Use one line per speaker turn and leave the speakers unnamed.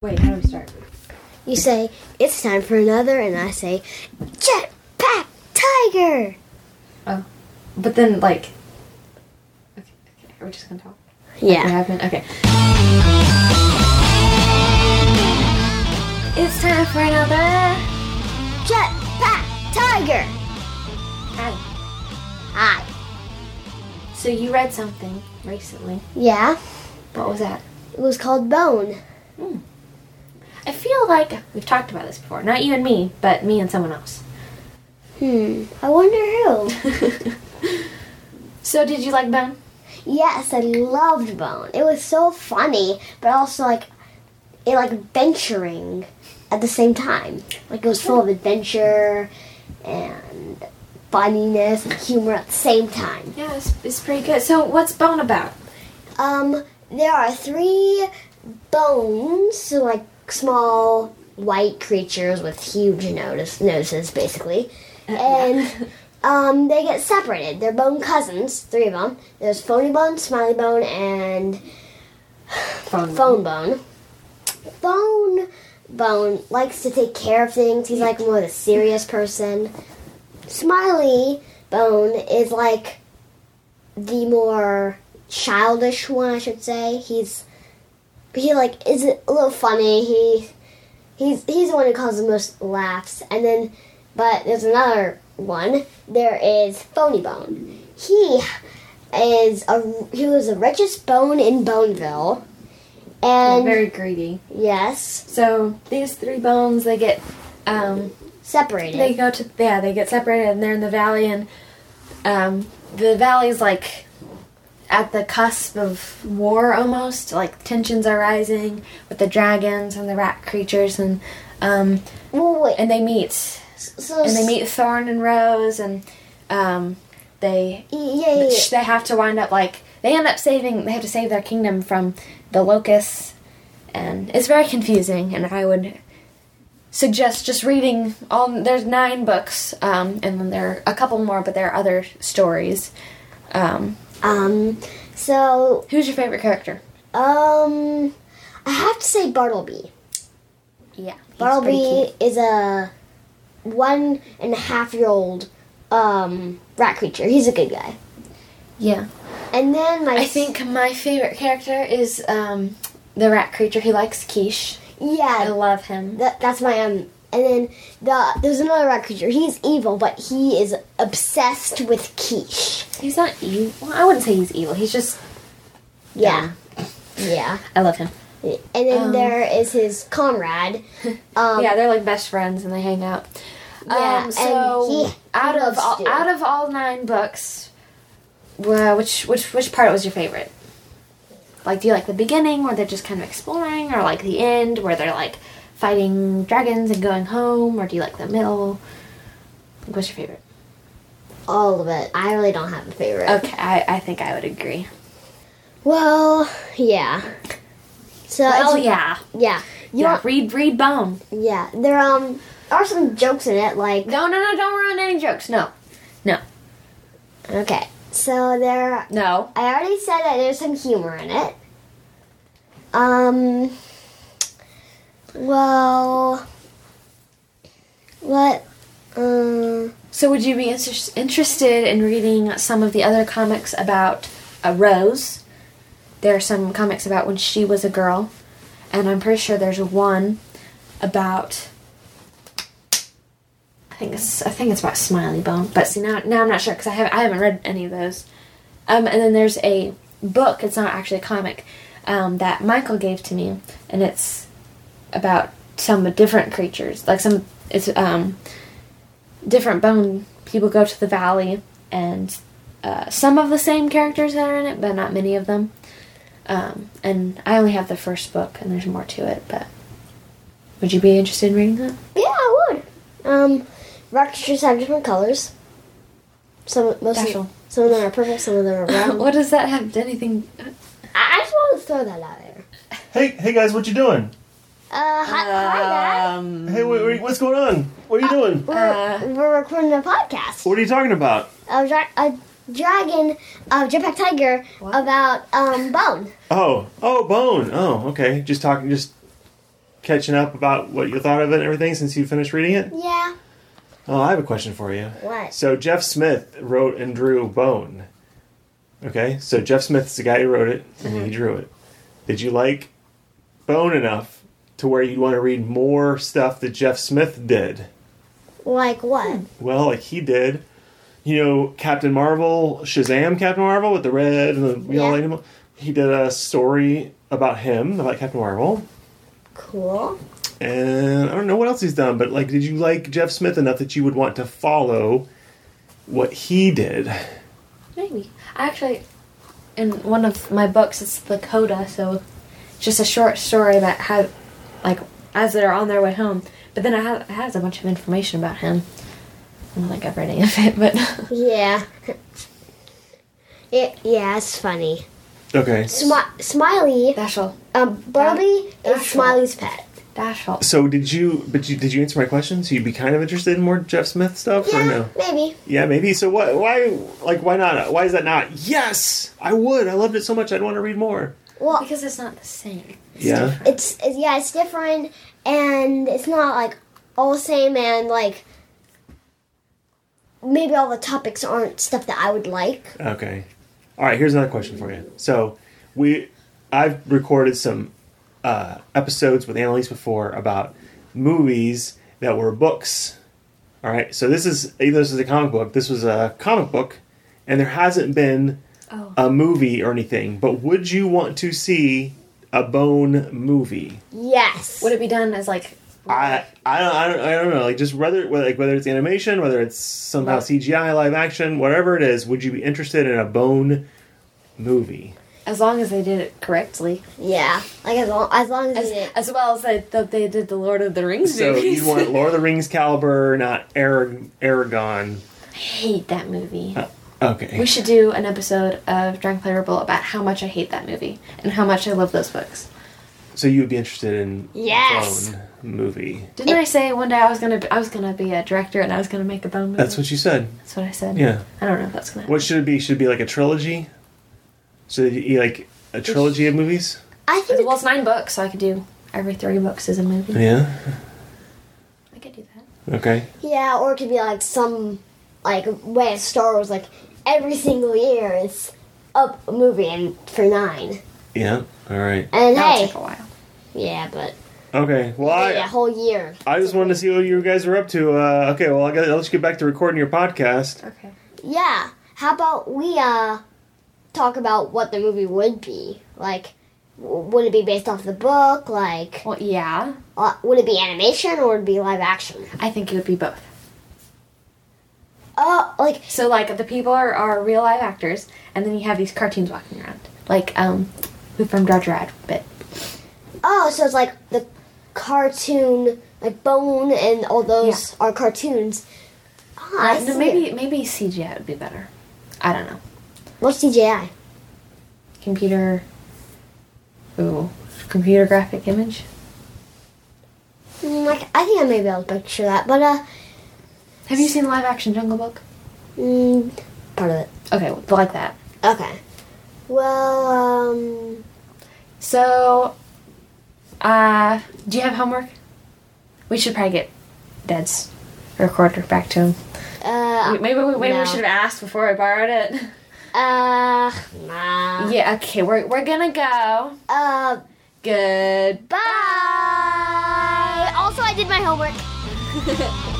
Wait, how do we start?
You say, it's time for another, and I say, Jetpack Tiger!
Oh, but then like, okay, okay. Are we just gonna talk? What
Yeah.
happened? Okay. It's time for another.
Jetpack Tiger!
Hi.
Hi.
So you read something recently.
Yeah,
What was that?
it was called Bone.
I feel like we've talked about this before. Not you and me, but me and someone else.
Hmm, I wonder who.
so did you like Ben?
yes, I loved Bone. It was so funny, but also like, it like adventuring at the same time. Like, it was full of adventure and funniness and humor at the same time.
Yeah, it's, it's pretty good. So what's Bone about?
Um, there are three bones, so like small white creatures with huge notice, noses, basically. And um, they get separated. They're bone cousins, three of them. There's phony bone, smiley bone, and
Phone.
phone bone. Phone bone likes to take care of things. He's like more the serious person. Smiley bone is like the more childish one, I should say. He's he like is a little funny. He he's he's the one who causes the most laughs. And then, but there's another one. There is Phony Bone. He is a he was the richest bone in Boneville, and
Very greedy.
yes,
So these three bones, they get um,
separated.
They go to yeah, they get separated and they're in the valley and um, the valley's like at the cusp of war almost. Like tensions are rising with the dragons and the rat creatures and um,
well, wait.
and they meet
so
and they meet Thorn and Rose and um, they
Yeah, yeah, yeah.
sh- they have to wind up like they end up saving they have to save their kingdom from the locusts and it's very confusing and i would suggest just reading all there's nine books um, and then there are a couple more but there are other stories um,
Um. So
who's your favorite character
um, I have to say Bartleby.
yeah
Bartleby is a one and a half year old um rat creature. He's a good guy.
yeah
And then like
i think my favorite character is um, the rat creature he likes quiche i
yeah,
love him
that, that's my um. And then the there's another rat creature. He's evil, but he is obsessed with quiche.
he's not evil well, i wouldn't say he's evil he's just
Yeah, yeah.
i love him
And then
Um.
there is his Conrad. Um,
yeah, they're like best friends and they hang out.
Yeah,
um,
and
so
he- he
out of
loves
all,
Stuart.
out of all nine books, wha- which which which part was your favorite? Like, do you like the beginning where they're just kind of exploring, or like the end where they're like fighting dragons and going home, or do you like the middle? Like, What's your favorite?
all of it. I really don't have a favorite.
Okay, I, I think I would agree.
Well, yeah. So
Oh
it's-
yeah,
yeah. You
yeah.
want-
Read read Bone.
Yeah, there um are some jokes in it. Like
No no no, don't ruin any jokes. No, no
okay, so there.
no.
I already said that there's some humor in it. Um. Well. What? Um.
So, would you be inter- interested in reading some of the other comics about uh, Rose? There are some comics about when she was a girl, and I'm pretty sure there's one about. I think it's I think it's about Smiley Bone, but see now now I'm not sure because I have I haven't read any of those. Um, and then there's a book. It's not actually a comic um, that Michael gave to me, and it's about some different creatures, like some it's um different bone people go to the valley and uh, some of the same characters that are in it but not many of them um, and i only have the first book and there's more to it but would you be interested in reading that
Yeah, I would. Um, rock creatures have different colors. Some most of,
Special.
some of them are purple, some of them are brown.
what does that have to anything
I, I just wanted to throw that out there.
Hey, hey guys, what you doing?
Uh, hi, hi guys.
um,
Hey, wait, wait, what's going on? What are
Ah.
you doing?
We're,
Uh,
we're recording a podcast.
What are you talking about?
a, dra- a dragon, a jetpack tiger about um bone.
Oh, oh, Bone. Oh, okay. Just talking, just catching up about what you thought of it and everything since you finished reading it?
Yeah.
Oh, I have a question for you.
What?
So Jeff Smith wrote and drew Bone. Okay, so Jeff Smith's the guy who wrote it and he drew it. Did you like Bone enough to where you'd want to read more stuff that Jeff Smith did?
Like what?
Well, like he did, you know, Captain Marvel, Shazam, Captain Marvel with the red and the yellow
Yeah.
animal. He did a story about him about Captain Marvel,
Cool.
and I don't know what else he's done. But like, did you like Jeff Smith enough that you would want to follow what he did?
Maybe. I actually, in one of my books, it's the coda, so just a short story about how, like, as they're on their way home. But then I have, it has a bunch of information about him. I don't think I've read any of it, but
Yeah. It, yeah, it's funny.
Okay.
Smi- Smiley,
Dashel,
um, Bobby is
That's
Smiley's pet.
Dashel.
So did you? But you, did you answer my question? So you'd be kind of interested in more Jeff Smith stuff, or no?
maybe.
Yeah, maybe. So what? Why? Like, why not? Why is that not? Yes, I would. I loved it so much. I'd want to read more.
Well,
Because it's not the same.
yeah.
it's, it's yeah, it's different, and it's not like all the same, and like maybe all the topics aren't stuff that I would like.
Okay. All right. Here's another question for you. So we, I've recorded some uh, episodes with Annalise before about movies that were books. All right. So this is either this is a comic book. This was a comic book, and there hasn't been
Oh.
a movie or anything. But would you want to see a Bone movie?
Yes.
Would it be done as, like,
I I don't, I don't I don't know like just whether whether, like, whether it's animation whether it's somehow
Right.
CGI live action whatever it is would you be interested in a bone movie
as long as they did it correctly?
yeah. Like as long as long as,
As,
it,
as well as they, that they did the Lord of the Rings
so
movies.
you want Lord of the Rings caliber not Arag- Aragon
I hate that movie.
okay
We should do an episode of Drunk Playable about how much I hate that movie and how much I love those books.
so you would be interested in
Yes.
bone movie
Didn't I say one day I was gonna be, I was gonna be a director and I was gonna make a bone movie?
that's what you said
That's what I said.
yeah
I don't know if that's gonna.
what should it be should it be like a trilogy so that you, like a trilogy of movies
I think
Well, it's nine books, so I could do every three books is a movie.
yeah
I could do that.
okay
Yeah, or it could be like some like way of Star Wars, like every single year it's up a movie and for nine.
yeah all right
And
That'll
hey,
take a while.
yeah, but
okay well I,
yeah, a whole year.
I just wanted to see what you guys were up to. Uh, okay, well, I gotta, I'll let you get back to recording your podcast.
Okay.
Yeah, how about we uh talk about what the movie would be like? w- Would it be based off the book? Like,
Well, yeah.
uh, would it be animation or would it be live action?
I think it would be both.
Oh, like
So like the people are, are real live actors, and then you have these cartoons walking around, like um, who from Roger Rabbit.
oh, so it's like the cartoon, like Bone and all those are cartoons. Ah, I
Like, no,
see.
maybe maybe CGI would be better. I don't know.
What's DJI?
computer ooh computer graphic image
Mm, Like, I think I may be able to picture that, but uh,
have you seen live action jungle book
mm, part of it.
okay well, like that
Okay. Well, um,
so uh do you have homework we should probably get dad's recorder back to him
uh,
maybe we, maybe
no.
we should have asked before i borrowed it
uh, nah.
yeah okay we're, we're gonna go
Uh,
good
bye. Also, I did my homework.